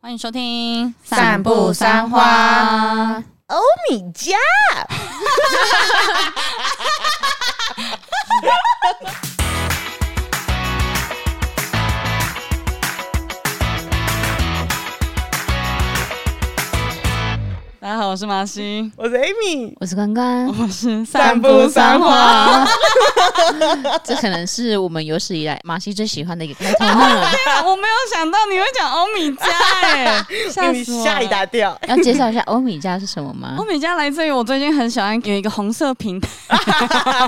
欢迎收听《散步三花》。欧米伽， 大家好，我是麻西，我是 Amy，我是关关， 我是散步三花。这可能是我们有史以来马西最喜欢的一个开头了。 啊我没有想到你会讲 Oh 欧米茄， 哎，吓你死我！吓一大跳。要介绍一下欧米茄是什么吗欧？米茄来自于我最近很喜欢有一个红色平台，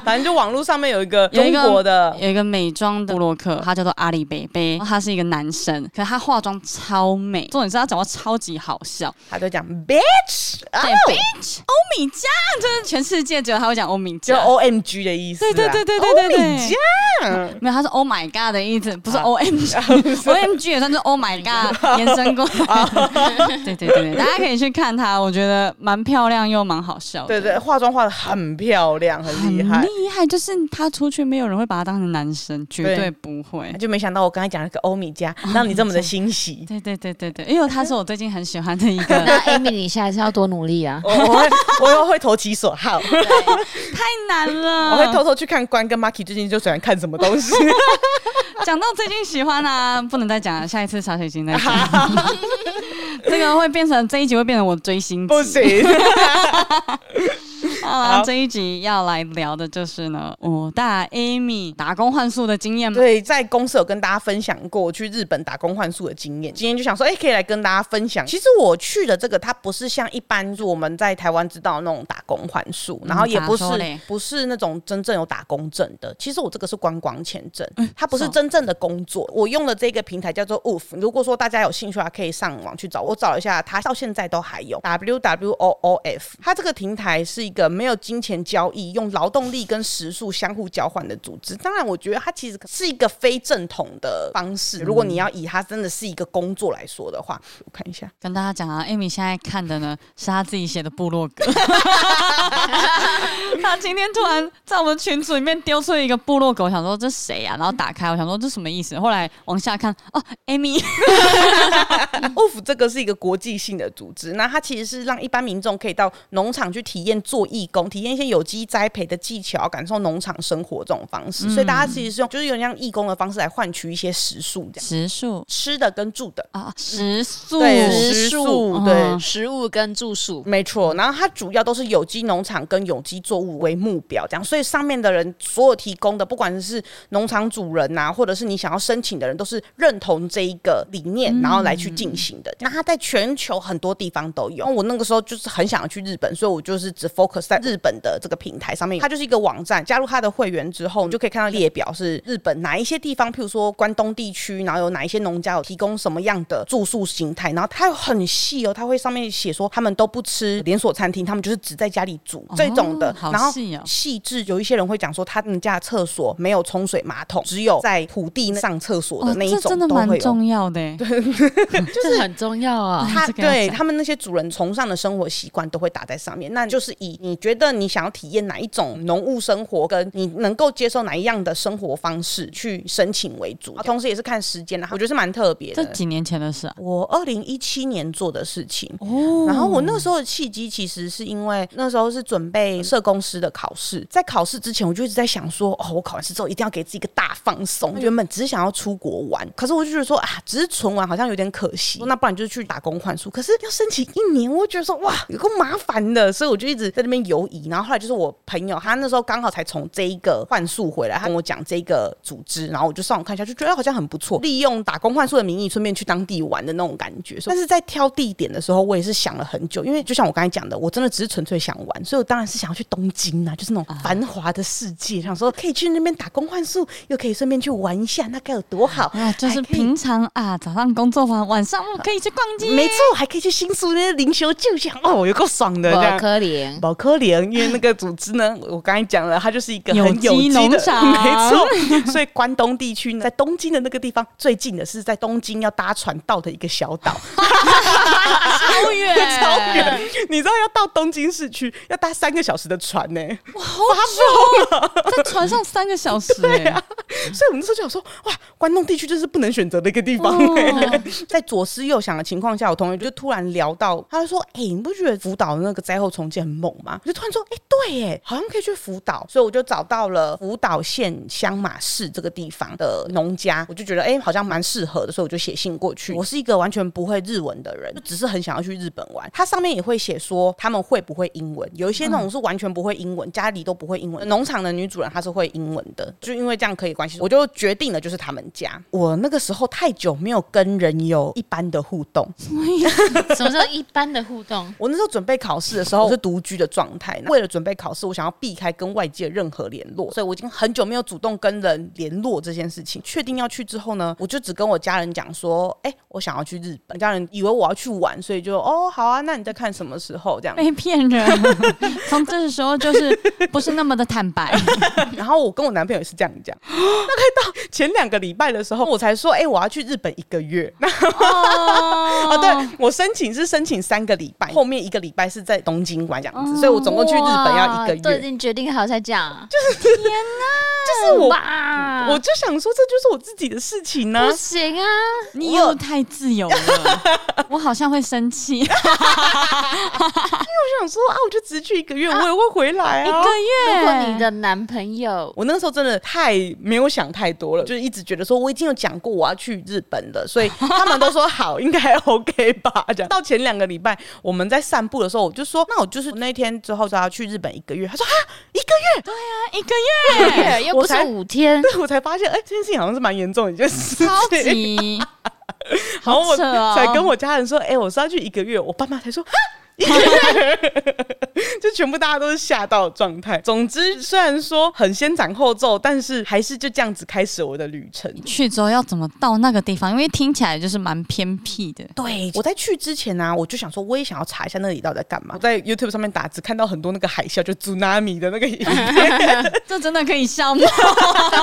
反正就网络上面有一个有中一个国的，有一个美妆的布洛克，他叫做阿里贝贝，他是一个男生，可是他化妆超美，重点是他讲话超级好笑。他就讲 bitch，啊对，bitch，欧米茄，就是全世界只有他会讲欧米就茄。 O M G 的意思啊。对对对对对对欧对米伽，没有，他是 Oh my God 的意思，不是啊 O M G，O M G 也算是 Oh my God 延伸过。啊 对对对对，大家可以去看他，我觉得蛮漂亮又蛮好笑的，对对，化妆化的很漂亮，很很厉害。厉害。就是他出去，没有人会把他当成男生，绝对对不会。就没想到我刚才讲了个欧米伽，让你这么的欣喜。对对对对对，因为他是我最近很喜欢的一 个，那 Amy，你下一次要多努力啊！我我会我又会投其所好，我太难了。会偷偷去看关跟 Marky 最近就喜欢看什么东西。讲到最近喜欢啊， 不能再讲了，下一次小水 晶再讲。这个会变成这一集会变成我追星集不行，好啦，好这一集要来聊的就是呢，我大 Amy 打工换宿的经验吗？对，在公司有跟大家分享过我去日本打工换宿的经验，今天就想说，哎、可以来跟大家分享。其实我去的这个，它不是像一般我们在台湾知道的那种打工换宿，然后也不嗯是、咋说嘞不是那种真正有打工证的。其实我这个是观光签证，它不是是哦真正的工作。我用的这个平台叫做 Woof，如果说大家有兴趣的话，可以上网去找。我找了一下，它到现在都还有 W W O O F。它这个平台是一个没有金钱交易，用劳动力跟时数相互交换的组织。当然，我觉得它其实是一个非正统的方式。如果嗯你要以它真的是一个工作来说的话，我看一下，跟大家讲啊，Amy 现在看的呢是她自己写的部落 格。她今天突然在我们群组里面丢出一个部落格，我想说这谁啊？然后打开，我想说这什么意思？后来往下看，哦，Amy， OFF 这个是一个国际性的组织，那它其实是让一般民众可以到农场去体验做义工，体验一些有机栽培的技巧，感受农场生活这种方式。所以大家其实是用就是有点像义工的方式来换取一些食宿，这样时速吃的跟住的，啊，时速，对，食宿对。嗯食物跟住宿，没错，然后它主要都是有机农场跟有机作物为目标，这样，所以上面的人所有提供的，不管是农场主人呐、啊或者是你想要申请的人，都是认同这一个理念，然后来去进行的。那它在全球很多地方都有。我那个时候就是很想要去日本，所以我就是只 focus 在日本的这个平台上面。它就是一个网站，加入它的会员之后，你就可以看到列表是日本哪一些地方，譬如说关东地区，然后有哪一些农家有提供什么样的住宿形态，然后它有很细哦，它会上面写说他们都不吃连锁餐厅，他们就是只在家里煮哦这种的，好然后。细哦，细致，有一些人会讲说，他们家的厕所没有冲水马桶，只有在土地上厕所的哦那一这真种的都蛮会有。重 要的欸，哦这很重要啊！他这个要对讲他们那些主人崇尚的生活习惯都会打在上面，那就是以你觉得你想要体验哪一种农务生活，跟你能够接受哪一样的生活方式去申请为主，哦同时也是看时间啦。我觉得是蛮特别这的。几年前的事啊。我二零一七年做的事情，哦然后我那个时候的契机，其实是因为那时候是准备社工师的考试，在考试之前，我就一直在想说，哦，我考完试之后一定要给自己一个大放松。原本只是想要出国玩，可是我就觉得说啊，只是存完好像有点可惜，哦那不然就是去打工换宿。可是要申请一年，我就觉得说哇，有够麻烦的，所以我就一直在那边犹疑。然后后来就是我朋友，他那时候刚好才从这一个换宿回来，他跟我讲这个组织，然后我就上网看一下，就觉得好像很不错，利用打工换宿的名义，顺便去当地玩的那种感觉。但是在挑地点的时候，我也是想了很久，因为就像我刚才讲的，我真的只是纯粹想玩，所以我当然是想要去东京啊，就是那种繁华的世界，想说可以去那边打工换宿，又可以顺便去玩一下，那该有多好！啊，就是还哎可以平常啊，早上工作完，晚上我可以去逛街。没错，还可以去新宿那边灵修就想哦，有够爽的这我样。可 怜，宝科联，因为那个组织呢，我刚才讲了，它就是一个很有机有机的，农场没错。所以关东地区呢，在东京的那个地方，最近的是在东京要搭船到的一个小岛，啊超远， 超远。你知道要到东京市区要搭三个小时的船呢、 啊好久，在船上三个小时、欸，所以我们那时候就想说，哇，关东地区真是不能选择的一个地方、欸。在左思右想的情况下，我同学就突然聊到，他就说：“哎、你不觉得福岛的那个灾后重建很猛吗？”我就突然说：“哎、对，耶，好像可以去福岛。”所以我就找到了福岛县香马市这个地方的农家，我就觉得哎、好像蛮适合的，所以我就写信过去。我是一个完全不会日文的人，就只是很想要去日本玩。它上面也会写说他们会不会英文，有一些那种是完全不会英文，家里都不会英文。农场的女主人她是会英文的，就因为这样可以关系，我就决定了就是他们家。我那个时候太久没有跟人有一般的互动，什么叫一般的互动？我那时候准备考试的时候，我是独居的状态。为了准备考试，我想要避开跟外界任何联络，所以我已经很久没有主动跟人联络这件事情。确定要去之后呢，我就只跟我家人讲说：“哎、我想要去日本。”家人以为我要去玩，所以就哦好啊，那你在看什么时候这 样？欸被骗人，从这时候就是不是那么的坦白，然后我跟我男朋友也是这样讲。大概到前两个礼拜的时候，我才说：“哎、我要去日本一个月。”哦哦，对我申请是申请三个礼拜，后面一个礼拜是在东京玩这样子，所以我总共去日本要一个哇哦都已月。经决定好才讲， 就是我哇，我就想说，这就是我自己的事情呢、不行啊，你又太自由了，我好像会生气。哦一我想说啊，我就只去一个月，我也会回来啊。个月，如果你的男朋友我那个时候真的太没有想太多了，就是一直觉得说我已经有讲过我要去日本了，所以他们都说好，应该 OK 吧？ 这样到前两个礼拜我们在散步的时候，我就说那我就是那天之后就要去日本一个月。他说啊，一个月， 啊一个月，又不是我才五天，对我才发现，哎、这件事情好像是蛮严重的一件事超情。级然后我扯哦才跟我家人说，哎、我是要去一个月，我爸妈才说。哈一个月， 就全部大家都是吓到的状态。总之，虽然说很先斩后奏，但是还是就这样子开始我的旅程。去之后要怎么到那个地方？因为听起来就是蛮偏僻的。对，我在去之前呢、我就想说，我也想要查一下那里到底在干嘛。我在 YouTube 上面打字，看到很多那个海啸，就 tsunami 的那个影 片，这真的可以笑吗？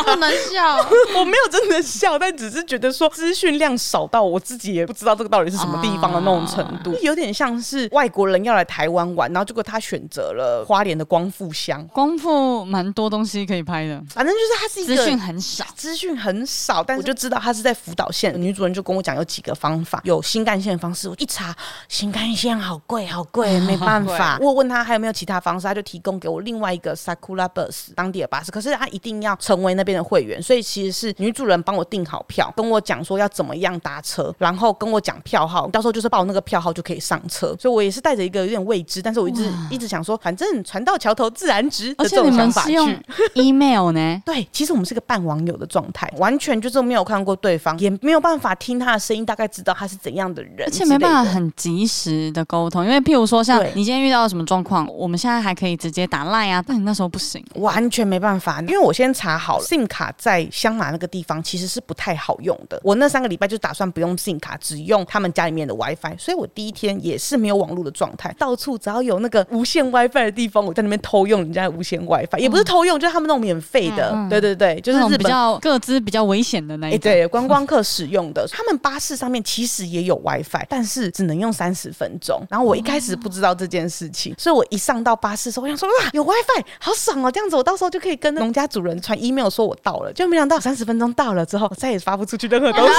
不能笑，我没有真的笑，但只是觉得说资讯量少到我自己也不知道这个到底是什么地方的那种程啊度，有点像是外国人要来台湾玩，然后结果他选择了花莲的光复乡，功夫蛮多东西可以拍的，反正就是它是一资个讯很少。资讯很少，但是我就知道他是在福岛县。女主人就跟我讲有几个方法，有新干线的方式。我一查，新干线好贵，好贵，没办法。我问他还有没有其他方式，他就提供给我另外一个 Sakura Bus 当地的巴士，可是他一定要成为那边的会员，所以其实是女主人帮我订好票，跟我讲说要怎么样搭车，然后跟我讲票号，到时候就是报那个票号就可以上车。所以我也是带着一个有点未知，但是我一直一直想说，反正船到桥头自然直的而且这你种们想法是去。 用 email 呢？对，其实我们是个半网友的状态，完全就是没有看过对方，也没有办法听他的声音，大概知道他是怎样的人而之且类的，没办法很及时的沟通，因为譬如说像对你今天遇到什么状况，我们现在还可以直接打 line 啊，但你那时候不行。完全没办法，因为我先查好了，SIM 卡在香马那个地方其实是不太好用的。我那三个礼拜就打算不用 SIM 卡，只用他们家里面的 WiFi，所以我第一天也是没有网络的状态，到处只要有那个无线 WiFi 的地方，我在那边偷用人家的无线 WiFi，也不嗯是偷用，就是他们那种免费的，对对对，就是那种日比本较各自比较危险的那哎、一种。对，观光客使用的， 他们巴士上面其实也有 WiFi，但是只能用三十分钟。然后我一开哦始不知道这件事情，所以我一上到巴士的时候，我想说哇，有 WiFi，好爽哦！这样子我到时候就可以跟农家主人传 email 说我到了，就没想到三十分钟到了之后，我再也发不出去任何东啊 西。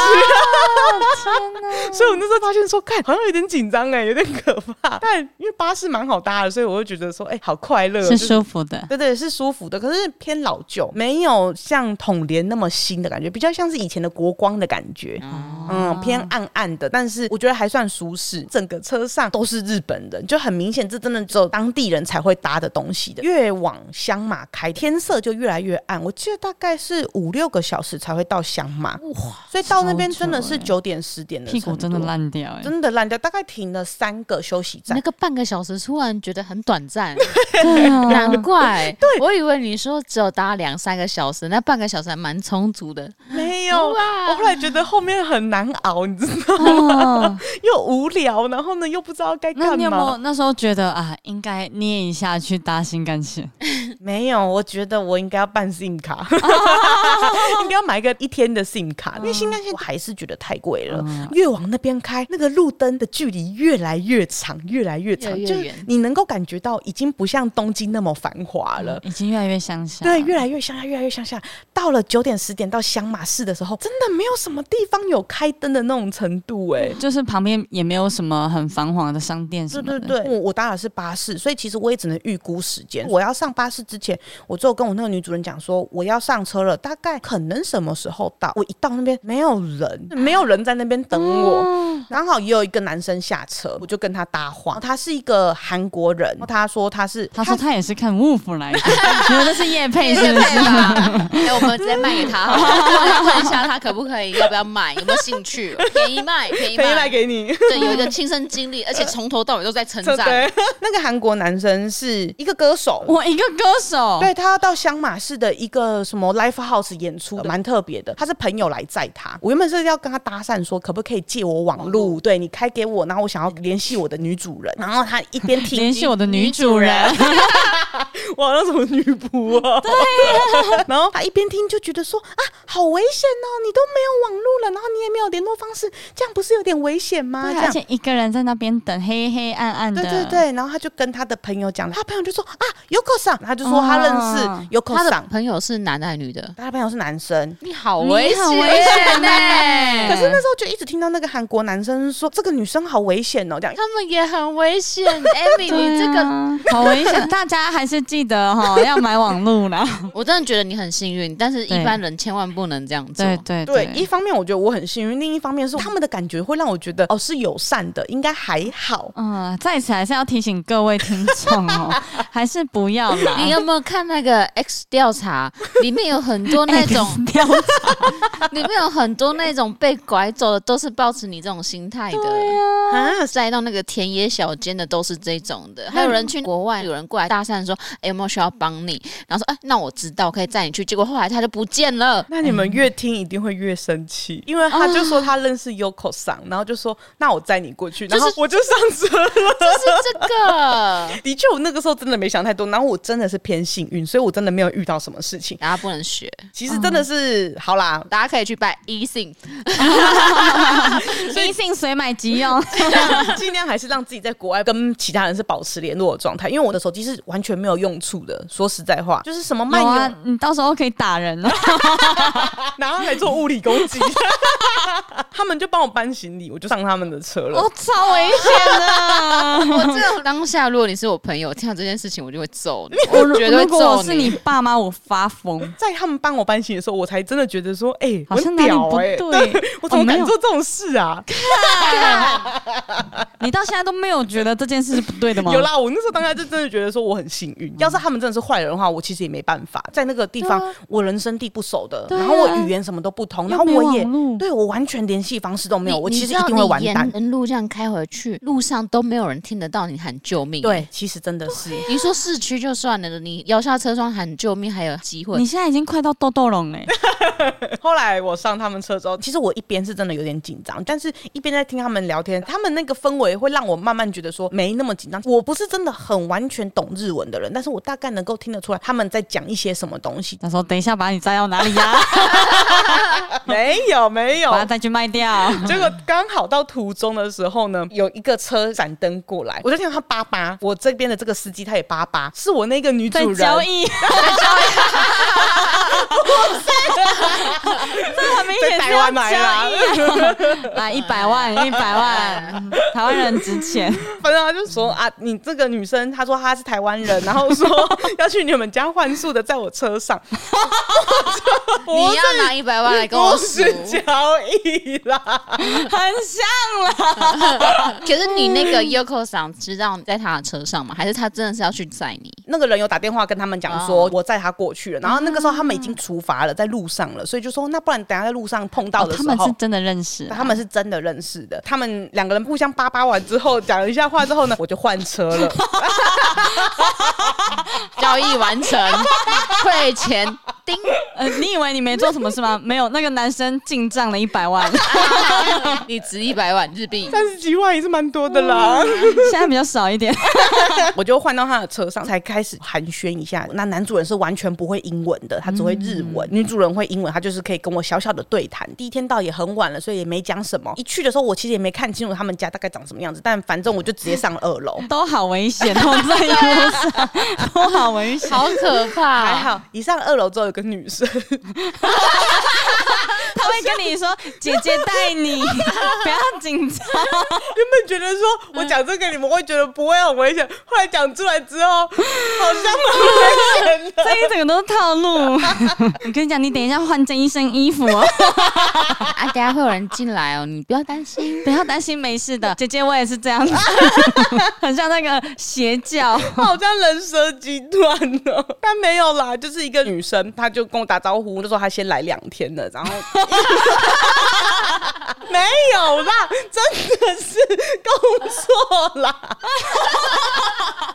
所以我那时候发现说，看好像有点紧张哎，有点可怕。但因为巴士蛮好搭的，所以我就觉得说，哎、好快乐哦，是就是舒服的。对对，是舒服的，可是偏老旧，没有像统联那么新的感觉，比较像是以前的国光的感觉，哦嗯，偏暗暗的，但是我觉得还算舒适。整个车上都是日本人，就很明显，这真的只有当地人才会搭的东西的。越往香马开，天色就越来越暗，我记得大概是五六个小时才会到香马，哇！所以到那边真的是超欸九点十点的屁股程真的度。烂掉哎、真的烂掉，大概停了三个休息站 那，个半个小时突然觉得很短暂，对 啊，难 怪，对我以为你说只有搭两三个小时，那半个小时还蛮充足的，没没有，我后来觉得后面很难熬，你知道， 哦，又无聊，然后呢又不知道该那干你有没有嘛。那时候觉得啊，应该捏一下去搭新干线？没有，我觉得我应该要办 SIM 卡， 应该要买一个一天的 SIM 卡，因为新干线我还是觉得太贵了。哦嗯越往那边开，那个路灯的距离越来越长，越来越长，越来越就是远你能够感觉到已经不像东京那么繁华了。已经越来越乡下，对，越来越乡下，越来越乡下。到了九点十点到香马市的时候，真的没有什么地方有开灯的那种程度哎、就是旁边也没有什么很繁华的商店什对么的。对对，嗯我我搭的是巴士，所以其实我也只能预估时间。我要上巴士之前，我最后跟我那个女主人讲说，我要上车了，大概可能什么时候到？我一到那边没有人，没有人在那边等我。刚好也有一个男生下车，我就跟他搭话。他是一个韩国人，他说嗯他是他说他也是看 Woof 来的，觉得是叶佩是 对不是？吧？哎，我们直接卖给他好了，问一下他可不可以，要不要买，有没有兴趣？便宜卖，便宜可以卖卖。给你。对，有一个亲身经历，而且从头到尾都在成长。对， 哦那个韩国男生是一个歌手，我一个歌手，对他要到香马市的一个什么 l i f e house 演出哦的，蛮特别的。他是朋友来载他，我原本是要跟他搭讪说，可不可以借我网哦路？对你开给我，然后我想要联系我的女 主人。然后他一边听 联系我的女主人，我好像什么女仆啊，对啊 然后他一边听就觉得说啊，好危险哦，你都没有网路了，然后你也没有联络方式，这样不是有点危险吗？对啊这而样。且一个人在那边等，黑黑暗暗的。对对对，然后他就跟他的朋友讲，他朋友就说啊，Yoko 上，他就说他认哦识 Yoko 他的上，朋友是男的还是女的？他的朋友是男生，你好欸你很危险欸 呢。可是那时候就一直听到那个韩国男生说这个女生好危险哦，这样。他们也很危险，Amy，你这个个啊好危险，大家还是记得哈，要买网路啦。我真的觉得你很幸运，但是对一般人千万不能这样做。对对对，一方面我觉得我很幸运，另一方面是他们的感觉会让我觉得哦是友善的，应该还好。嗯，在此还是要提醒各位听众哦，还是不要啦。你有没有看那个 X 调查？里面有很多那种，掉里面有很多那种被拐走的，都是抱持你这种心态的。啊，塞到那个田野小间的都是这种的，还有人去国外，有人过来搭讪说：“哎、有没有需要帮你？”然后说：“哎、那我知道，我可以载你去。”结果后来他就不见了。那你们越听一定会越生气，因为他就说他认识 Yoko 上，然后就说那我载你过去，然后就是我就上车了。就是 这个，的确，我那个时候真的没想太多，然后我真的是偏幸运，所以我真的没有遇到什么事情。大家不能学，其实真的是好啦，大家可以去拜一信。 一性随买即用。尽量还是让自己在国外跟其他人是保持联络的状态，因为我的手机是完全没有用处的。说实在话，就是什么漫有游，啊，你到时候可以打人了。 然后来做物理攻击， 他们就帮我搬行李，我就上他们的车 了。我超危险的！我这种当下，如果你是我朋友，听到这件事情，我就会揍你， 我我绝对如果揍我是你爸妈，我发疯， 在他们帮我搬行李的时候，我才真的觉得说，哎、好我像很哪里屌不哎、对。 我怎么哦没敢有做这种事啊？你到现在都没有觉得这件事是不对的吗？嗯有啦，我那时候当下就真的觉得说我很幸运。要是他们真的是坏人的话，我其实也没办法。在那个地方，我人生地不熟的，啊对啊然后我语言什么都不通，然后又没我也网络对我完全联系方式都没有，你我你其实知一道定会你完蛋沿。沿路这样开回去，路上都没有人听得到你喊救命。，对，其实真的是。你说市区就算了，你摇下车窗喊救命还有机会你。现在已经快到豆豆龙 哎， 后来我上他们车之后，其实我一边是真的有点紧张，但是一边在听他们聊天，他们那个氛围会让我慢慢觉得说没那么紧张。我不是真的很完全懂日文的人，但是我大概能够听得出来他们在讲一些什么东西 。他说等一下把你载到哪里 呀，没有，没有把它再去卖 掉。 结果刚好到途中的时候呢，有一个车闪灯过来，我就听到他叭叭，我这边的这个司机他也叭叭，是我那个女主在人交易，这很明在显是台要湾啊来 交易，啦，来一百万，一百万，台湾人值钱， 反正他就说啊，你这个女生，她说她是台湾人，然 后说要去你们家换宿的，在我车上，你要拿一百万来跟我不数，是交易啦，很像了。可是你那个 Yoko 桑知道你在他的车上吗？还是他真的是要去载 你？ 那个人有打电话跟他们讲说，哦我载他过去了，然后那个时候他们已经出发了，在路上了，所以就说那不然等一下在路上碰到的他时们候。是真的认识啊，他们是真的认识的，他们两个人互相叭叭完之后，讲了一下话之后呢，我就换车了。交易完成，退钱，丁，呃，你以为你没做什么是吗？没有，那个男生进账了一百万，你值一百万日 币， 三十几万也是蛮多的啦。 现在比较少一点。我就换到他的车上，才开始寒暄一下。那男主人是完全不会英文的，他只会日文；女主人会英文，她就是可以跟我小小的对谈。第一天到也很晚了，所以也没讲什么。一去的时候，我其实也没看清楚他们家大概长什么样子，但反正我就直接上了二楼。都好危险哦，在一路上都好危险。好可怕！还 好，一上二楼之后有个女生，他会跟你 说：“姐姐带 你，不要紧张。原本觉得说我讲这个你们会觉得不会很危险，后来讲出来之 后，好像蛮危险”的。这一整个都是套路。 我跟你讲，你等一下换这一身衣服 哦，啊，等下会有人进来哦，你不要担 心。不要担心，没事的。姐姐，我也是这 样子，很像那个邪教。好像人蛇集团哦， 但没有啦，就是一个女生，她就跟我打招呼，就说她先来两天了，然后 没有啦，真的是工作啦。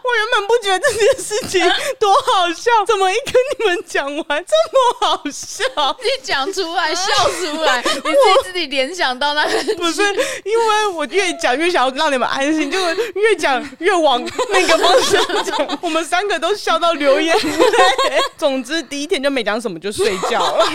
我原本不觉得这件事情多好笑，怎么一跟你们讲完这么好笑？自己讲出来，笑出 来，你自己自己联想到那个 不是，因为我越讲越想要让你们安心，就越讲越往那个方向讲。我们三个都笑到流眼泪。总之，第一天就没讲什么，就睡觉了，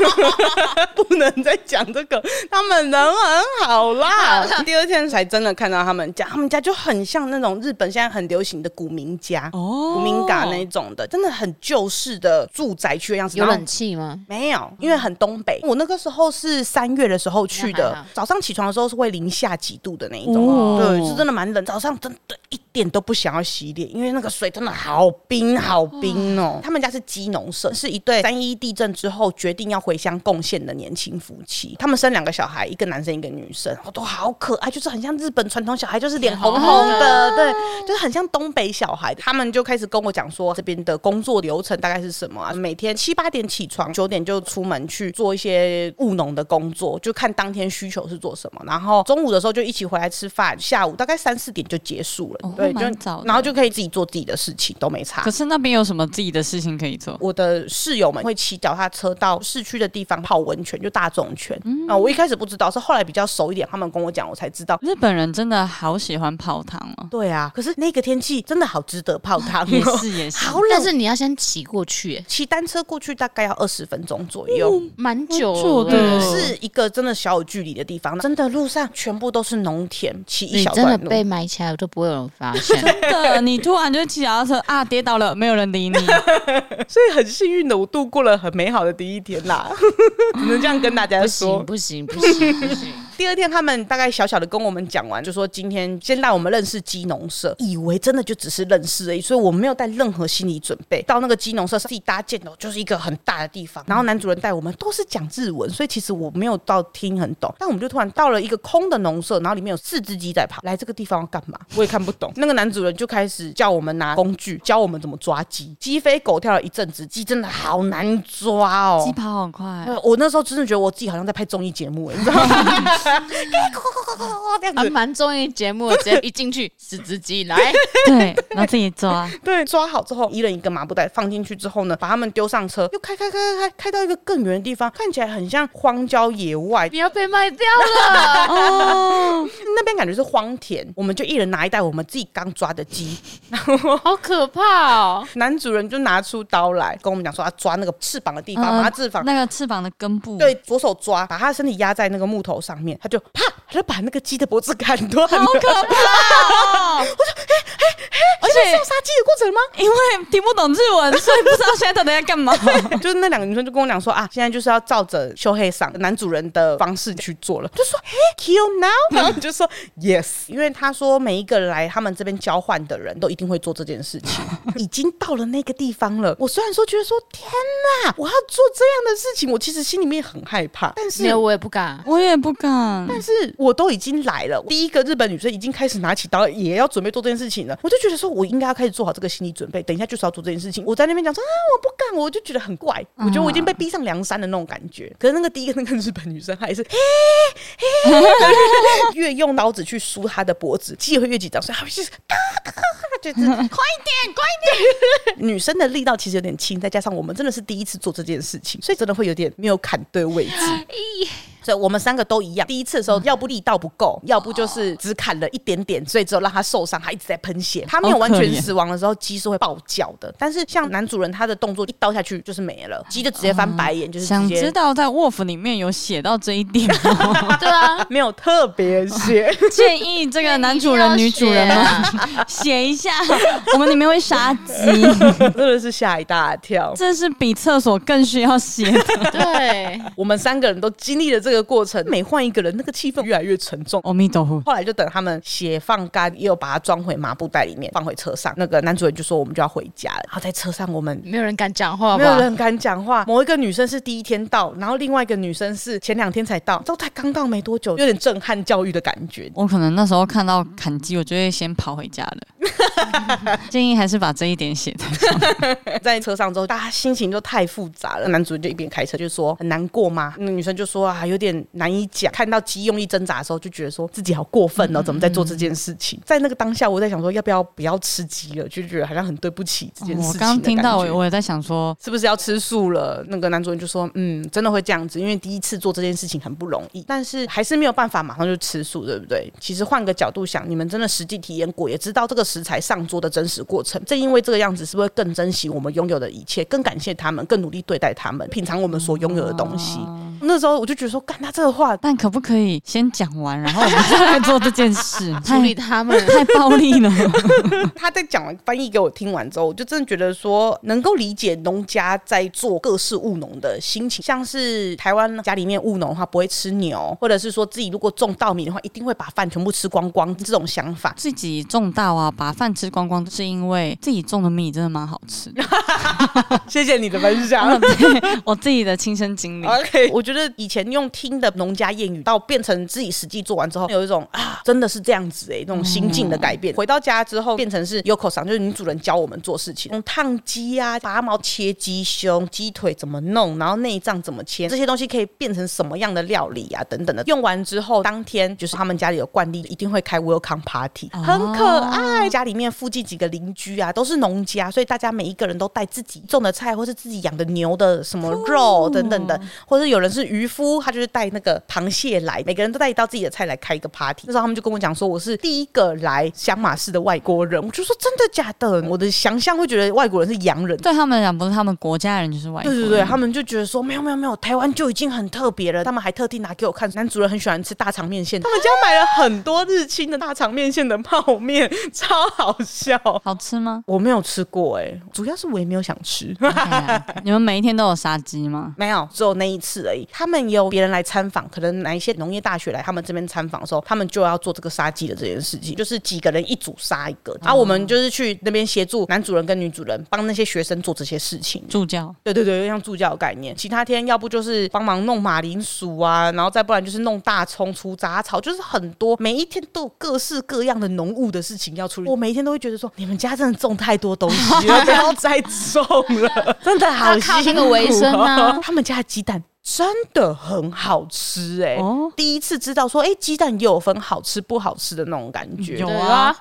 不能再讲这个。他们人很好啦。第二天才真的看到他们家，他们家就很像那种日本现在很流行的古民家、哦古民家那一种的，真的很旧式的住宅区的样子。有然后冷气吗？没有，因为很东北。我那个时候是三月的时候去嗯那还的好，早上起床的时候是会零下几度的那一种，啊哦对，是真的蛮冷。早上真的一点都不想要洗脸，因为那个水真的好冰好冰哦。嗯他们家是基农社，是一对三一地震之后决定要回乡贡献的年轻夫妻。他们生两个小孩，一个男生一个女生，哦，都好可爱，就是很像日本传统小孩，就是脸红红哦的，啊对，就是很像东北小孩。他们就开始跟我讲说这边的工作流程大概是什么啊？每天七八点起床，九点就出门去做一些务农的工作，就看当天需求是做什么。然后中午的时候就一起回来吃饭，下午大概三四点就结束了，哦对，蛮早就的然后就可以自己做自己的事情，都没差可。是那边有什么自己的事情可以做？我的室友们会骑脚踏车到市区的地方泡温泉，就大众泉。嗯啊，我一开始不知道，是后来比较熟一点，他们跟我讲，我才知道。日本人真的好喜欢泡汤哦。对啊，可是那个天气真的好值得泡汤、哦，也 是也是，好冷但是你要先骑过去，哎骑单车过去大概要二十分钟左右。蛮久做了的哎是一个真的小有距离的地方，真的路上全部都是农田，骑一你小真的段路。被埋起来，我都不会有人发 现。真的，你突然就骑脚踏车啊，跌倒了，没有人理 你。所以很幸运的，我度过了很美好的第一天啦， 只能这样跟大家不说行。不行不 行不行！第二天，他们大概小小的跟我们讲完，就说今天先带我们认识基农社，以为真的就只是认识而已，所以我没有带任何心理准备。到那个基农社自己搭建的，就是一个很大的地方。然后男主人带我们都是讲日文，所以其实我没有到听很懂。但我们就突然到了一个空的农舍，然后里面有四只鸡在跑，来这个地方要干嘛？我也看不懂。那个男主人就开始叫我们拿工具，教我们怎么抓鸡。鸡飞狗跳了一阵子，鸡真的好难抓哦，鸡跑好快，呃我那时候真的觉得我自己好像在拍综艺节目，欸你知道吗？ 这样啊，子，蛮综艺节目的，直接一进去，十只 鸡来， 对，然后自己 抓，对，抓好之后，一人一个麻布袋放进去之后呢，把他们丢上车，又开开开开开，开到一个更远的地方，看起来很像荒郊野外， 你要被卖掉了。哦，那边感觉是荒田，我们就一人拿一袋我们自己刚抓的鸡，好可怕哦！男主人就拿出刀来跟我们讲说，他啊抓那个翅膀的地方，把他翅膀呃那个翅膀的根部，对，左手抓，把他的身体压在那个木头上面，他就啪，他就把那个鸡的脖子砍断了。 好可怕啊哦！而且是有杀鸡的过程吗？因为听不懂日文，所以不知道现在到底在干 嘛。 就是那两个女生就跟我讲说啊，现在就是要照着修黑嗓男主人的方式去做了，就说嘿 kill now，然后我就说 yes，因为他说每一个来他们这边交换的人都一定会做这件事 情，已经到了那个地方了。我虽然说觉得说天哪，我要做这样的事情，我其实心里面很害怕，但是没有，我也不敢。我也不敢，但是我都已经来了，第一个日本女生已经开始拿起刀，也要准备做这件事情了。我就觉得说，我应该要开始做好这个心理准备，等一下就是要做这件事情。我在那边讲说啊，我不敢，我就觉得很怪，我觉得我已经被逼上梁山的那种感觉。可是那个第一个那个日本女生，她也是，嘿，嘿越用刀子去梳她的脖子，鸡也会越紧张，所以她会就是嘎嘎嘎就是快点，快点！女生的力道其实有点轻，再加上我们真的是第一次做这件事情，所以真的会有点没有砍对位置。所以我们三个都一样，第一次的时候，要不力道不够，要不就是只砍了一点点，所以只有让他受伤，他一直在喷血。他没有完全死亡的时候，鸡是会爆叫的。但是像男主人，他的动作一刀下去就是没了，鸡就直接翻白眼，就是直想知 接道在 Wolf 里面有写到这一点 吗？对啊，没有特别血。 建议这个男主人、女主人们写啊一下，我们里面会杀 鸡，真的是吓一大跳。这是比厕所更需要写的。啊对，我们三个人都经历了这个过程，每换一个人，那个气氛越来越沉重。阿弥陀佛，后来就等他们血放干，又把它装回麻布袋里面，放回车上。那个男主人就说我们就要回家了。然后在车上我们。没有人敢讲话没有吧？人敢讲话。某一个女生是第一天到，然后另外一个女生是前两天才到，都才刚到没多久，有点震撼教育的感觉。我可能那时候看到砍鸡，我就会先跑回家了。 建议还是把这一点写的。 在车上之后，大家心情就太复杂了。男主就一边开车就说很难过吗？那女生就说啊，有点难以讲。看到鸡用力挣扎的时候，就觉得说啊自己好过分哦，怎么在做这件事情？在那个当下，我在想说要不要不要吃鸡了，就觉得好像很对不起这件事情哦的我感觉。刚听到，我我也在想说，是不是要吃素了？那个男主人就说，嗯，真的会这样子，因为第一次做这件事情很不容易，但是还是没有办法马上就吃素，嗯对不对？其实换个角度想，你们真的实际体验过，也知道这个食材上桌的真实过程。正因为这个样子，是不是会更珍惜我们拥有的一切，更感谢他们，更努力对待他们，品尝我们所拥有的东西？那时候我就觉得说，干他这个话但可不可以先讲完，然后我们再来做这件 事？处太理他们，太暴力了。他在讲完翻译给我听完之后，我就真的觉得说能够理解农家在做各式务农的心情，像是台湾家里面务农的话不会吃牛，或者是说自己如果种稻米的话，一定会把饭全部吃光光这种想 法。自己种稻啊，把饭吃光光，是因为自己种的米真的蛮好吃的。谢谢你的分享。 我自己的亲身经历， OK，我觉得以前用听的农家谚语，到变成自己实际做完之后，有一种啊，真的是这样子哎、欸，那种心境的改变。回到家之后，变成是 Yoko 赏，就是女主人教我们做事情，用烫鸡啊、拔毛、切鸡胸、鸡腿怎么弄，然后内脏怎么切，这些东西可以变成什么样的料理啊，等等的。用完之后，当天就是他们家里有惯例，一定会开 Welcome Party，很可爱。家里面附近几个邻居啊，都是农家，所以大家每一个人都带自己种的菜，或是自己养的牛的什么肉等等的，或者有人是渔夫，他就是带那个螃蟹来，每个人都带一道自己的菜来开一个 party。那时候他们就跟我讲说，我是第一个来香马市的外国人，我就说真的假的？我的想象会觉得外国人是洋人。对他们来讲，不是他们国家人就是外国对人。对对，他们就觉得说没有没有没有，台湾就已经很特别了。他们还特地拿给我看，男主人很喜欢吃大肠面线，他们家买了很多日清的大肠面线的泡面， 超好笑。？好吃吗 我没有吃过哎、主要是我也没有想吃。 OK，你们每一天都有杀鸡吗？ 没有，只有那一次而已。他们有别人来参访，可能哪一些农业大学来他们这边参访的时候，他们就要做这个杀鸡的这件事情，就是几个人一组杀一个。然后我们就是去那边协助男主人跟女主人帮那些学生做这些事情。助教对对对，有点像助教的概念。其他天要不就是帮忙弄马铃薯啊，然后再不然就是弄大葱、除杂草，就是很多每一天都有各式各样的农务的事情要处理。我每一天都会觉得说，你们 家真的种太多东西了，不要再种了，真的好要辛苦、靠哦。那个为生啊啊他们家的鸡蛋。真的很好吃哎、哦第一次知道说，哎、鸡蛋也有分好吃不好吃的那种感觉。有对啊啊，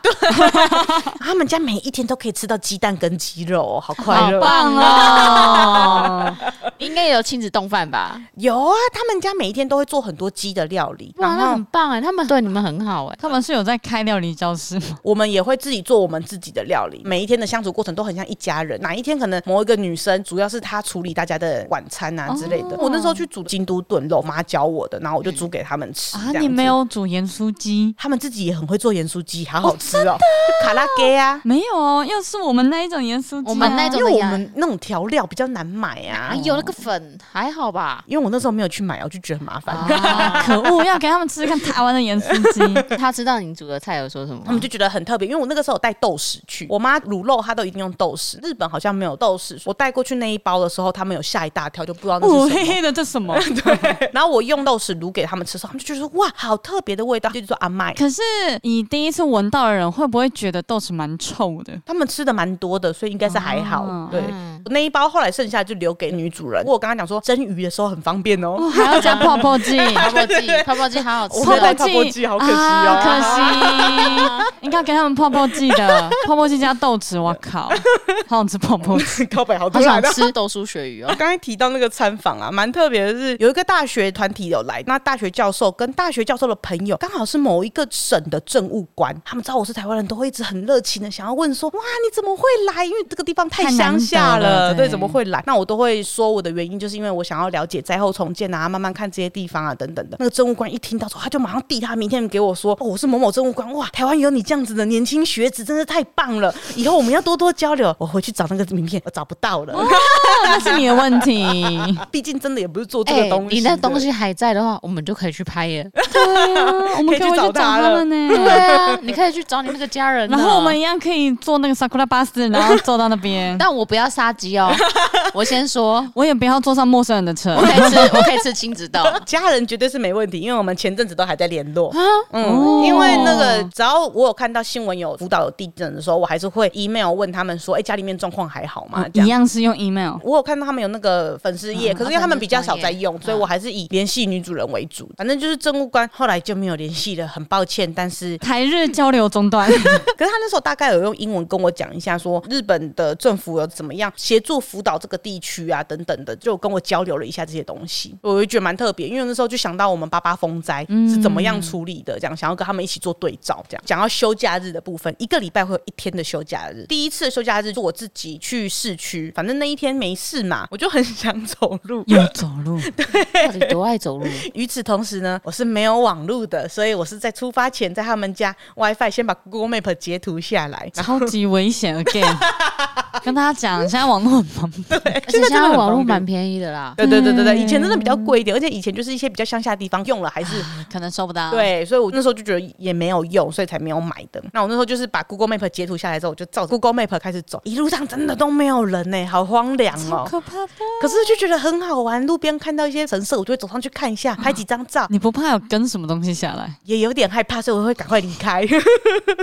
他们家每一天都可以吃到鸡蛋跟鸡肉、哦，好快好乐哦。棒啊啊哦，应该也有亲子冻饭吧？有啊，他们家每一天都会做很多鸡的料理，哇，然那后很棒哎，他们对你们很好哎，他们是有在开料理教室 吗？我们也会自己做我们自己的料理。每一天的相处过程都很像一家人。哪一天可能某一个女生，主要是她处理大家的晚餐啊之类的。我那时候去煮京都炖肉，妈教我的，然后我就煮给他们吃。啊，这样你没子有煮盐酥鸡？他们自己也很会做盐酥鸡，好好吃哦，就卡拉给啊。没有哦，又是我们那一种盐酥鸡啊、我们那种因为的我呀们那种调料比较难买啊啊，，有那个粉还 好吧？因为我那时候没有去买，我就觉得很麻烦。啊， 可恶，要给他们吃吃看台湾的盐酥鸡。 他知道你煮的菜有说什么他吗们？就觉得很特别，因为我那个时候有带豆豉去，我妈卤肉她都一定用豆豉，日本好像没有豆豉。我带过去那一包的时候，他们有吓一大跳，就不知道那哦，是什黑么。黑的，这 什么？ 然后我用豆豉卤给他们吃的时候，他们就觉得哇，好特别的味道，就是说阿麦。可是你第一次闻到的人，会不会觉得豆豉蛮臭的？他们吃的蛮多的，所以应该是还好。哦对，那一包后来剩下就留给女主人。我跟她讲说，蒸鱼的时候很方便哦。哦， 还要加 泡泡剂。 泡泡剂，泡泡剂好好吃我会带哦。泡泡剂好可惜哦啊好可惜。 应该给他们泡泡剂的，泡泡剂加豆豉，我 靠，好想吃泡泡剂。告白好突好然想啊！吃豆酥鳕鱼哦。刚才提到那个参访啊，蛮特别的是，有一个大学团体有来，那大学教授跟大学教授的朋友刚好是某一个省的政务官，他们知道我是台湾人，都会一直很热情的想要问说，哇，你怎么会来？因为这个地方太乡下太难得了对，对怎么会来？那我都会说我的原因，就是因为我想要了解灾后重建啊，慢慢看这些地方啊，等等的。那个政务官一听到之后，他就马上递他名片给我说，哦，我是某某政务官，哇，台湾有你这样子的年轻学子，真是太棒了，以后我们要多多交流。我回去找那个名片，我找不到 了。 那是你的问 题。毕竟真的也不是做这个东西，哎你那东西还在的话，我们就可以去拍耶。对啊，我可们以可去以回去找找他他了们呢、对啊，你可以去找你那个家人。。然后我们， 一样可以坐那个 Sakura bus，然后坐到那边 但我不要杀鸡哦。我 先说，我也不要坐上陌生人的 车我。可以吃，我可以吃亲子 豆。家人绝对是没问题，因为我们前阵子都还在联啊络。嗯，哦因为那个只要我有看到新闻有辅导有地震的时候，我还是会 email 问他们说，哎、家里面状况还好吗？这一样。样是用 email，我有看到他们有那个粉丝页，嗯可是因为他们比较少在用，粉丝专页所以我还是以联系女主人为主。反正就是政务官后来就没有联系了，很抱歉。但是，台日交流中 断。可是他那时候大概有用英文跟我讲一下说日本的政府有怎么样协助辅导这个地区啊，等等的，就跟我交流了一下这些东西，我就觉得蛮特别，因为那时候就想到我们八八风灾是怎么样处理的，这样想要跟他们一起做对照，这样讲到休假日的部分，一个礼拜会有一天的休假日，第一次的休假日是我自己去市区，反正那一天没事嘛，我就很想走路，又走路，到底多爱走路？与此同时呢，我是没有网络的，所以我是在出发前在他们家 WiFi 先把 Google Map 截图下来，然后。超级危险 again。跟 大家讲，现在网络很方便，而且现在网络蛮便宜的啦。对对对嗯对对，以前真的比较贵一点，而且以前就是一些比较乡下的地方用了还是。可能收不到。，对，所以我那时候就觉得也没有用，所以才没有买的。那我那时候就是把 Google Map 截图下来之后，我就照着 Google Map 开始走，一路上真的都没有人呢、好荒凉好哦、可怕的。可是就觉得很好玩，路边看到一些神社，我就会走上去看一下，拍几张照，你不怕有跟什么东西下来？也有点害怕，所以我会赶快离 开，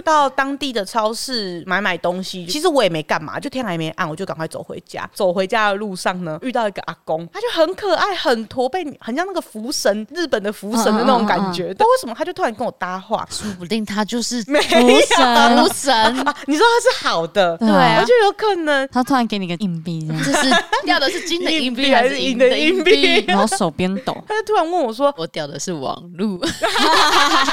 到当地的超市买买东西。其实我也没干嘛，就天还没暗，我就赶快走回家。走回家的路上呢，遇到一个阿公，他就很可爱，很驼背，很像那个福神，日本的福神的那种感嗯觉。但为什么他就突然跟我搭话？说不定他就是没福神无，神，嗯啊，你说他是好的，对啊我就有可能。他突然给你个硬币 这样，这是掉的是金的硬币还是银还的是银硬的硬币？然后手边抖。他就突然问我说我掉的是网路，：“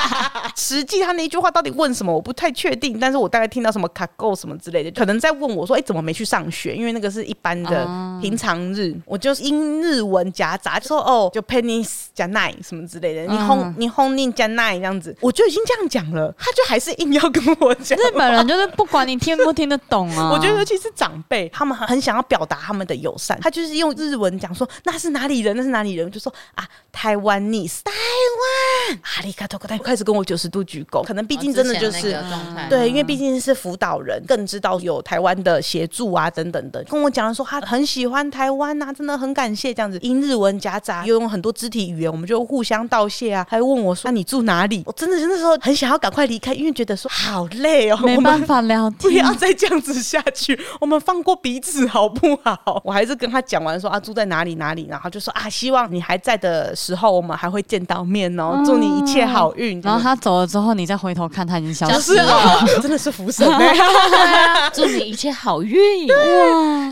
实际他那一句话到底问什么？我不太确定，但是我大概听到什么卡够什么之类的，可能在问我说：‘哎、怎么没去上学？’因为那个是一般的啊平常日，我就是英日文夹杂，就说哦，就 penis 加奈什么之类的，你嗯轰你轰令加奈这样子，我就已经这样讲了，他就还是硬要跟我讲。日本人就是不管你听不听得懂嗯啊，我觉得尤其是长辈，他们很想要表达他们的友善，他就是用日文讲说那是哪里人，那是哪里人，我就说啊台湾 nis 台湾啊阿里卡多克，他开始跟我九十度鞠躬，可能毕竟真的就哦之是前那个状态。对，因为毕竟是辅导人，更知道有台湾的协助啊等等的。跟我讲说他很喜欢台湾啊，真的很感谢这样子。英日文夹杂，又用很多肢体语言，我们就互相道谢啊。还问我说：“那、你住哪里？”我真的是那时候很想要赶快离开，因为觉得说好累哦，没我办们。法聊不天要。再这样子下去，我们放过彼此好不好？ 我还是跟他讲完说啊，住在哪里哪里，然后就说啊，希望你还在的时候，我们还会见到面哦，祝你一切好运。然后他走了之后，你再回头看他已经消消失失了。了， 真的是福神欸 啊祝你一切好运。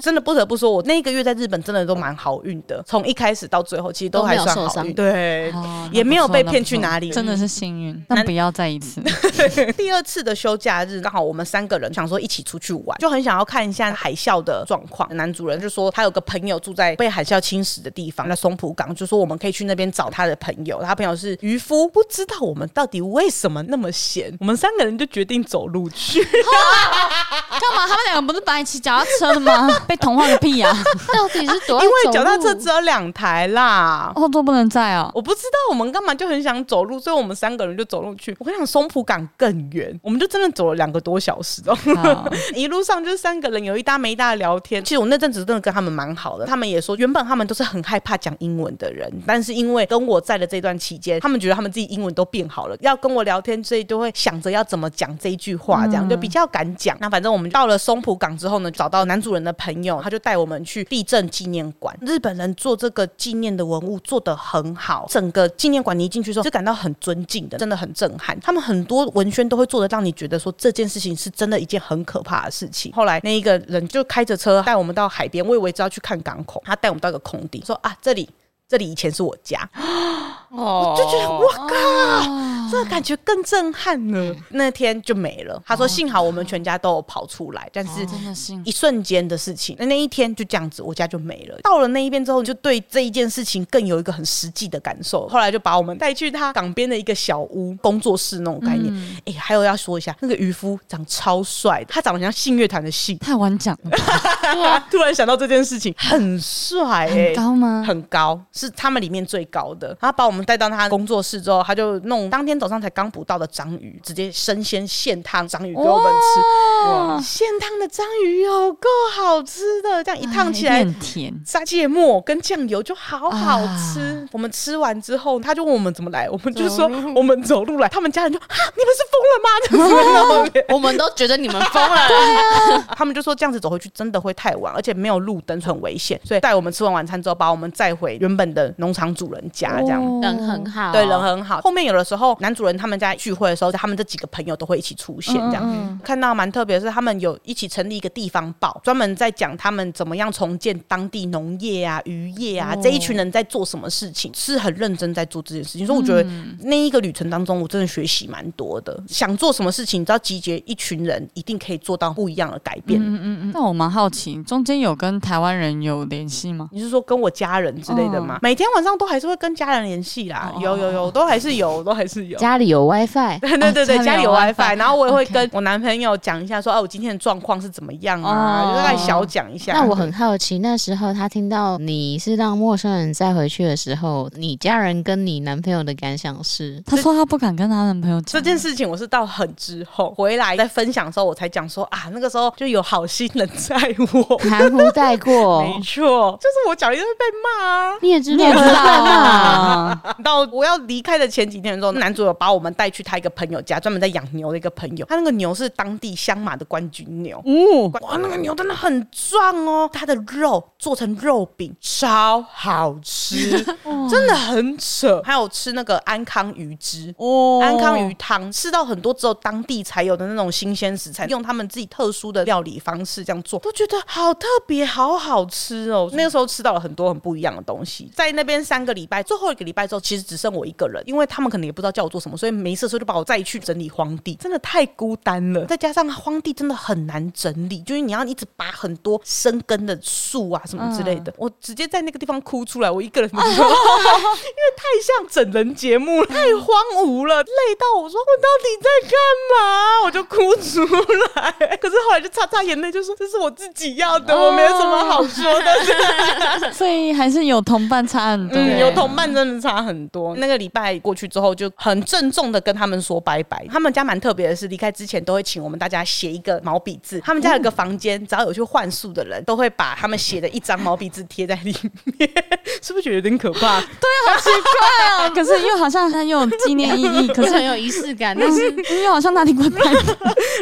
真的不得不说，我那一个月在日本真的都蛮好运的，从一开始到最后，其实都还没有算受好运。伤对，哦也没有被骗去那不错哪里真的是幸运。但不要再一次， 第二次的休假日，刚好我们三个人想说一起出去玩，就很想要看一下海啸的状况。男主人就说他有个朋友住在被海啸侵蚀的地方，那松浦港，就说我们可以去那边找他的朋友，他朋友是渔夫。不知道我们到底为什么那么闲，我们三个人就决定走路 去。干嘛？他们两个不是把你骑脚踏车的吗？被同化个屁啊 呀、到底是多爱因为走脚踏路车只有两台啦，后座不能载哦。我不知道我们干嘛就很想走路，所以我们三个人就走路去。我跟你讲，松浦港更远，我们就真的走了两个多小时哦。好 一路上就是三个人有一搭没一搭的聊天。其实我那阵子真的跟他们蛮好的，他们也说原本他们都是很害怕讲英文的人，但是因为跟我在的这段期间，他们觉得他们自己英文都变好了，要跟我聊天，所以就会想着要怎么讲这一句话，这样、就比较敢讲。那反正我们们到了松浦港之后呢，找到男主人的朋友，他就带我们去地震纪念馆。日本人做这个纪念的文物做得很好，整个纪念馆你一进去之后就感到很尊敬的，真的很震撼。他们很多文宣都会做的让你觉得说这件事情是真的一件很可怕的事情。后来那一个人就开着车带我们到海边，我以为是要去看港口，他带我们到一个空地，说啊这里。这里以前是我家，哦，就觉得我靠，这感觉更震撼呢。那天就没了。他说幸好我们全家都有跑出来，但是真的是一瞬间的事情。那那一天就这样子，我家就没了。到了那一边之后，就对这一件事情更有一个很实际的感受。后来就把我们带去他港边的一个小屋工作室那种概念。哎、还有要说一下，那个渔夫长超帅的，他长得像信乐团的信。太晚讲了吧， 突然想到这件事情，很帅、欸，很高吗？很高，是他们里面最高的。他把我们带到他工作室之后，他就弄当天早上才刚捕到的章鱼，直接生鲜现烫章鱼给我们吃。哇，现烫的章鱼有够好吃的，这样一烫起哎来有。点甜，撒芥末跟酱油就好好吃。啊我们吃完之后，他就问我们怎么来，我们就说我们走路来。他们家人就啊，你们是疯了吗？ 我们都觉得你们疯了。他们就说这样子走回去真的会太晚，而且没有路灯，很危险。所以带我们吃完晚餐之后，把我们载回原本的农场主人家，啊这样。哦人很好，对，人很好。后面有的时候，男主人他们家聚会的时候，他们这几个朋友都会一起出现，这样、嗯看到蛮特别的是，他们有一起成立一个地方报，专门在讲他们怎么样重建当地农业啊、渔业哦啊、这一群人在做什么事情，是很认真在做这件事情。所以我觉得嗯那一个旅程当中，我真的学习蛮多的。想做什么事情，你知道集结一群人，一定可以做到不一样的改变。嗯但我蛮好奇，中间有跟台湾人有联系吗？你是说跟我家人之类的吗？嗯每天晚上都还是会跟家人联系啦，哦有有有，都还是有，都还是有。家里有 WiFi，对对对对，家家里里有有 WiFi WiFi，然后我也会 OK 跟我男朋友讲一下说，哦、啊，我今天的状况是怎么样啊，哦就是来小讲一下。那我很好奇，那时候他听到你是让陌生人再回去的时候，你家人跟你男朋友的感想是？她说她不敢跟她男朋友这讲件事情我是到很之后回来在分享的时候，我才讲说啊，那个时候就有好心人在我， 含糊带过，没错，就是我讲一定会被骂啊。你也知你道也知道啊，啊， 到我要离开的前几天的时候，男主有把我们带去他一个朋友家，专门在养牛的一个朋友，他那个牛是当地香马的冠军牛，哦，哇，那个牛真的很壮哦，它的肉做成肉饼，超好吃， 真的很扯。嗯还有吃那个安康鱼汁。哦安康鱼汤吃到很多只有当地才有的那种新鲜食材，用他们自己特殊的料理方式这样做，都觉得好特别，好好吃哦。那个时候吃到了很多很不一样的东西，在那边三个礼拜，最后一个礼拜之后，其实只剩我一个人，因为他们可能也不知道叫我做什么，所以没事的时候就把我再去整理荒地，真的太孤单了。再加上荒地真的很难整理，就是你要一直拔很多生根的树啊什么之类的，我直接在那个地方哭出来，我一个人的时候。太像整人节目了，太荒芜了，累到我说我到底在干嘛，我就哭出来。可是后来就擦擦眼泪，就说这是我自己要的，我没有什么好说的。所以还是有同伴差很多，嗯，有同伴真的差很多。那个礼拜过去之后，就很郑重的跟他们说拜拜。他们家蛮特别的是，离开之前都会请我们大家写一个毛笔字。他们家有个房间，只要有去换宿的人都会把他们写的一张毛笔字贴在里面，是不是觉得有点可怕？好奇怪啊！可是又好像很有纪念意 义，可可是是很有仪式感，啊但是又好像哪里怪怪的。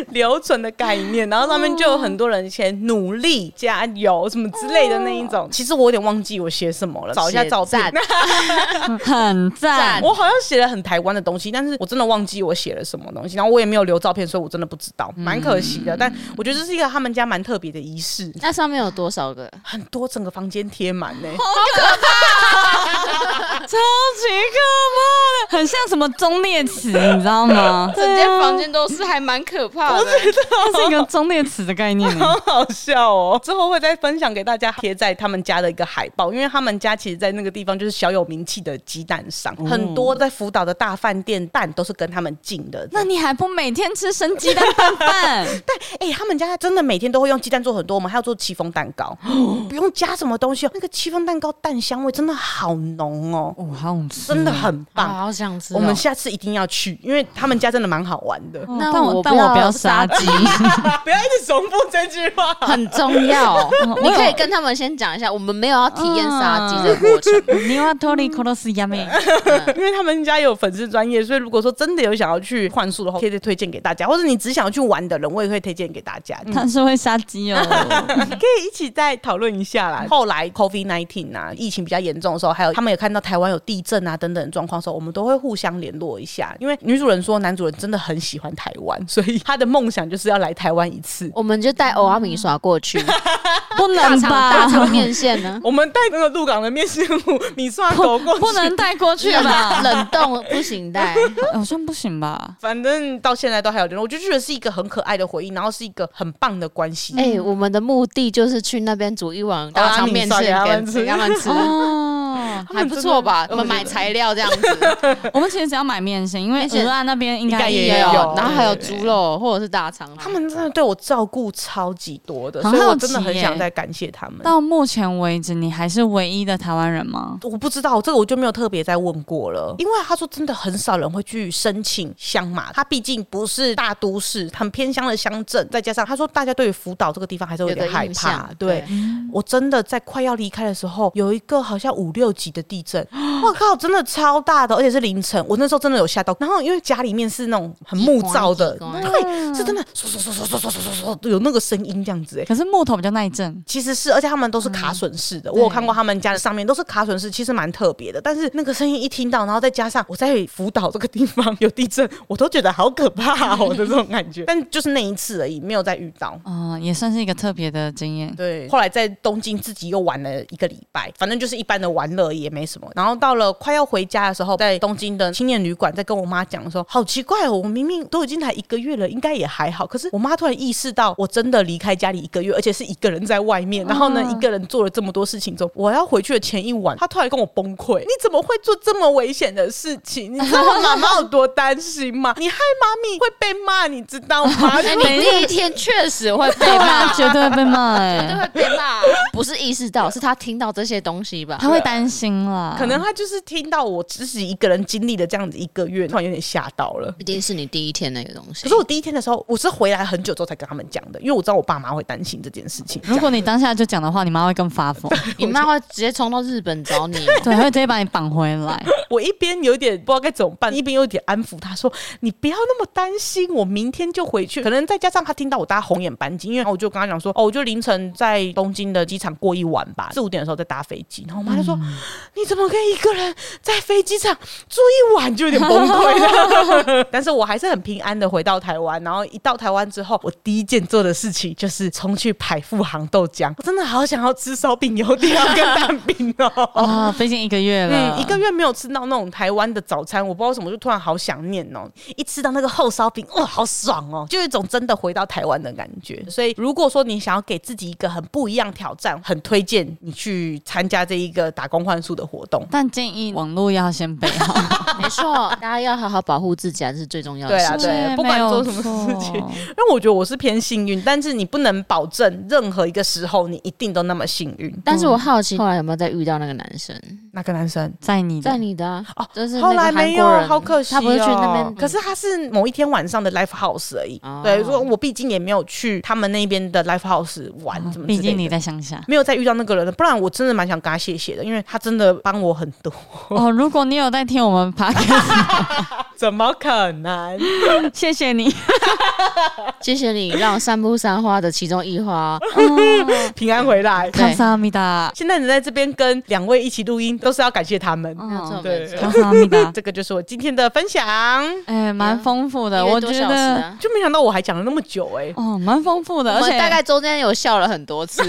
留存的概念，然后上面就有很多人写努力、加油什么之类的那一种。 其实我有点忘记我写什么了，找一下照片。 写赞很赞赞，我好像写了很台湾的东西，但是我真的忘记我写了什么东西，然后我也没有留照片，所以我真的不知道，蛮可惜的。但我觉得这是一个他们家蛮特别的仪式，那上面有多少个？很多整个房间贴满呢。超级可怕的，很像什么忠烈祠，你知道 吗？啊整间房间都是，还蛮可怕的。它是一个忠烈祠的概念欸。 好好笑哦！之后会再分享给大家贴在他们家的一个海报，因为他们家其实，在那个地方就是小有名气的鸡蛋商，很多在福岛的大饭店蛋都是跟他们进的。那你还不每天吃生鸡蛋拌饭？哎、他们家真的每天都会用鸡蛋做很多，我们还要做戚风蛋糕，不用加什么东西哦。那个戚风蛋糕蛋香味真的好浓哦，哦，哦，好想吃，真的很棒。好想吃哦。我们下次一定要去，因为他们家真的蛮好玩的。哦。那但我我不但我要不要杀鸡， 不要一直重复这句话。 很重要，我 你有可以跟他们先讲一下，我们没有要体验杀啊鸡这个过程。 你要脱离 c o l o s 亚美，因为他们家有粉丝专业，所以如果说真的有想要去换宿的话，可以推荐给大家；或者你只想要去玩的人，我也会推荐给大家。他是会杀鸡哦。 可以一起再讨论一下啦。后来 COVID nineteen 啊，疫情比较严重的时候，还有他们也看到台湾有地震啊等等的状况的时候，我们都会互相联络一下。因为女主人说男主人真的很喜欢台湾， 所以他的梦想就是要来台湾一次。我们就带欧阿米耍 过去，不大能肠吧大？肠面线呢？我们带那个鹿港的面线糊米刷狗过去，不能带过去冷吧？ 冷冻不行带，好像不行 吧？ 反正到现在都还有联络，我就觉得是一个很可爱的回忆，然后是一个很棒的关系。哎、我们的目的就是去那边煮一碗大肠面线给他们吃给他们吃，哦，还不错吧？嗯 他我们真的们买材料这样子，我们其实只要买面线，因为而且鹅啊那边应该 应该也有有，然后还有对猪。肉或者是大肠。他们真的对我照顾超级多的，很所以我好真的奇很耶想再感谢他们。到目前为止，你还是唯一的台湾人吗？我不知道这个，我就没有特别再问过了。因为他说真的很少人会去申请乡码，他毕竟不是大都市，很偏乡的乡镇，再加上他说大家对于福岛这个地方还是有有个点害印怕象，。对，我真的在快要离开的时候，有一个好像五六级的地震，我靠，真的超大的，而且是凌晨。我那时候真的有吓到，然后因为家里面是那种很木造的，机关机关对，是真的，唰唰唰唰唰唰唰唰，有那个声音这样子、欸，可是木头比较耐震，其实是，而且他们都是卡榫式的。我有看过他们家的上面都是卡榫式，其实蛮特别的。但是那个声音一听到，然后再加上我在福岛这个地方有地震，我都觉得好可怕 哦的这种感觉。但就是那一次而已，没有再遇到。嗯、也算是一个特别的经验。对，后来在东京自己又玩了一个礼拜，反正就是一般的玩乐也没什么。然后到了快要回家的时候，在东京的青年旅馆，在跟我妈讲说，好奇怪哦，我明明都已经来一个月了，应该也还好。可是我妈突然意识到，我真的离开家里一个月，而且是一个人在外面，然后呢，一个人做了这么多事情之后，我要回去的前一晚，她突然跟我崩溃，你怎么会做这么危险的事情？你知道我妈妈有多担心吗？你害妈咪会被骂，你知道吗？哎、你第一天确实会 被对骂，吧？绝 对会被骂哎、会被 骂，不是意识到，是他听到这些东西吧？他会担心啦。可能他就是听到我自己一个人经历了这样子一个月，突然有点吓到了。一定是你第一天那个东西。可是我第一天的时候，我是回来很久之后才跟他们讲的，因为我知道我爸妈会担心这件事情。 如果你当下就讲的话，你妈会更发疯，你妈会直接冲到日本找你， 对，会直接把你绑回来。我一边有点不知道该怎么办，一边有点安抚他说：“你不要那么担心，我明天就回去。”可能再加上他听到我搭红眼班机，因为我就跟他讲说：“哦，我就凌晨在东京的机场过一晚吧，四五点的时候再搭飞机。”然后我妈就说：“你怎么可以一个人在飞机场住一晚？”就有点崩溃了。 但是我还是很平安的回到台湾。然后一到台湾之后，我第一件做的事情就是冲去排富航豆浆。我真的好想要吃烧饼、油条跟蛋饼哦。啊、毕竟一个月了，嗯，一个月没有吃到那种台湾的早餐，我不知道为什么就突然好想念哦。一吃到那个厚烧饼，哇，好爽哦，就有一种真的回到台湾的感觉。所以，如果说你想要给自己一个很不一样挑战，很推荐你去参加这一个打工换宿的活动。但建议网络要先备好。没错，大家要好好保护自己，还是最重要的对事啊情。对不管做什么事情没有错因为我觉得我是偏幸运，但是你不能保证任何一个时候你一定都那么幸运。但是我好奇，后来有没有再遇到那个男生？那个男生？在你的在你的啊嗯哦就是那后个来韩没有国，人好可惜、哦。他不是去那边，可是他是某一天晚上的 live house 而已。哦对，说我毕竟也没有去他们那边的 live house 玩，哦怎么之毕类的？竟你在乡 下没有再遇到那个人了，不然我真的蛮想跟他谢谢的，因为他真的帮我很 多。哦。如果你有在听我们 p o d c a 怎么可能？谢谢 你。谢谢你让散步三花的其中一花， 平安回来。对康萨米达，现在你在这边跟两位一起录音，都是要感谢他们。没有错嗯，没对错。康萨米 达，这个就是我今天的分享，哎，蛮丰富的，一个我多觉小时得。啊，就没想到我还讲了那么久哎、哦，蛮丰富的，我而且们大概中间有笑了很 多次，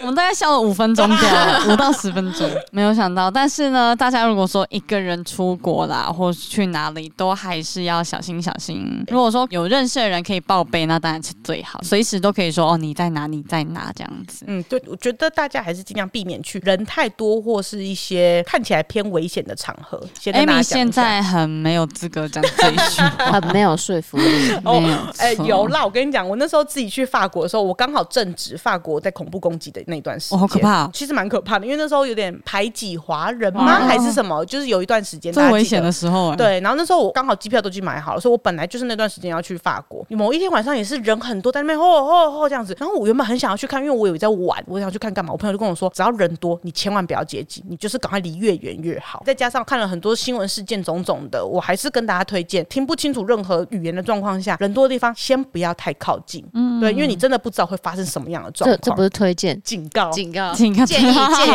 我们大概笑了 五分钟掉了，五到十分钟，没有想到。但是呢，大家如果说一个人出国啦，或是去哪里都还是要小心小心。如果说有认识的人可以报备，那当然是最好，随时都可以说哦你在哪你在哪这样 子。嗯，对，我觉得大家还是尽量避免去人太多或是一些看起来偏危险的场合。先跟大 Amy 家讲一现下。在很没有资格讲这一 句话，很没有说服力。没有错哎、有啦！我跟你讲，我那时候自己去法国的时候，我刚好正值法国在恐怖攻击的那段时间，哦好可怕哦其实蛮可怕的，因为那时候有点排挤华人哦吗？还是什么？就是有一段时间大最家危记得险的时嗯候、哎，对，然后那时候我刚好机票都已经买好了，所以我本来就是那段时间要去法国。某一天晚上也是人很多，在那边吼吼吼这样子。然后我原本很想要去看，因为我有在玩，我想去看干嘛？我朋友就跟我说，只要人多，你千万不要接近，你就是赶快离越远越好。再加上看了很多新闻事件种种的，我还是跟大家推荐，听不清楚任何语言的状况下，人多的地方先不要太靠近。嗯，对，因为你真的不知道会发生什么样的状这况。这不是推荐， 警告，警告，请看建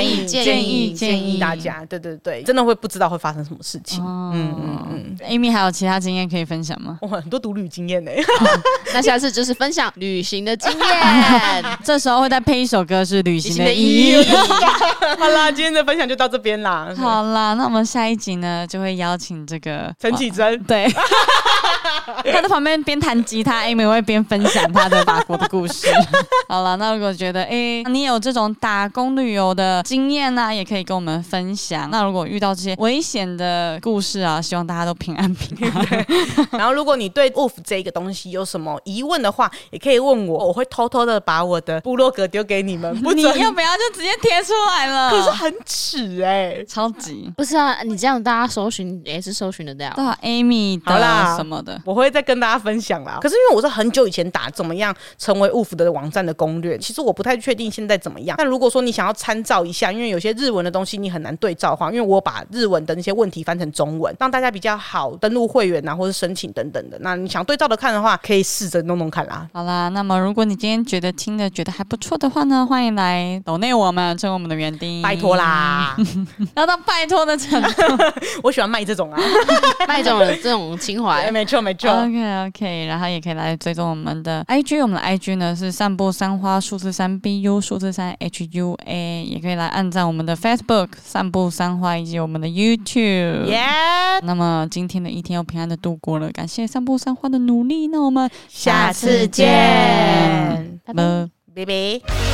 议，建 议，建议建建议大家，对对对，真的会不知道会发生什么事情。哦嗯嗯嗯， Amy 还有其他经验可以分享吗？我很多独旅经验呢、那下次就是分享旅行的 经验。这时候会再配一首歌是《旅行的旅意行的义意》。好啦，今天的分享就到这边啦。好啦，那我们下一集呢就会邀请这个陈启贞， 对，他在旁边边弹吉他，Amy 会边分享他的法国的故 事。好了，那如果觉得诶你有这种打工旅游的经验呢、也可以跟我们分享。那如果遇到这些危险的故事啊，希望大家都平安平安。 然后如果你对 Wolf 这个东西有什么疑问的话，也可以问我，我会偷偷的把我的部落格丢给你 们，不你 准。要不要就直接贴出来了？可是很耻哎、 超级不是啊，你这样大家搜寻也是搜寻得到。到 Amy 好的啦什么的。我会再跟大家分享啦。可是因为我是很久以前打怎么样成为 Wolf 的网站的攻略，其实我不太确定现在怎么样。但如果说你想要参照一下，因为有些日文的东西你很难对照的话，因为我把日文的那些问题翻成中文，让大家比较好登录会员啊，或是申请等等的。那你想对照的看的话，可以试着弄弄看啦。好啦，那么如果你今天觉得听的觉得还不错的话呢，欢迎来抖内我们，成为我们的园丁，拜托，啦， 要到拜托的程度。我喜欢卖这种啊，卖这种这种情怀哎，，没错没错。 OK OK，然后也可以来追踪我们的 IG，我们的 IG 呢是散步三花数字三 BU 数字三 HUA，也可以来按赞我们的 Facebook 散步三花以及我们的 YouTube。耶，那么今天的一天又平安的度过了，感谢散步三花的努力。那我们下次见见，拜拜拜。拜拜。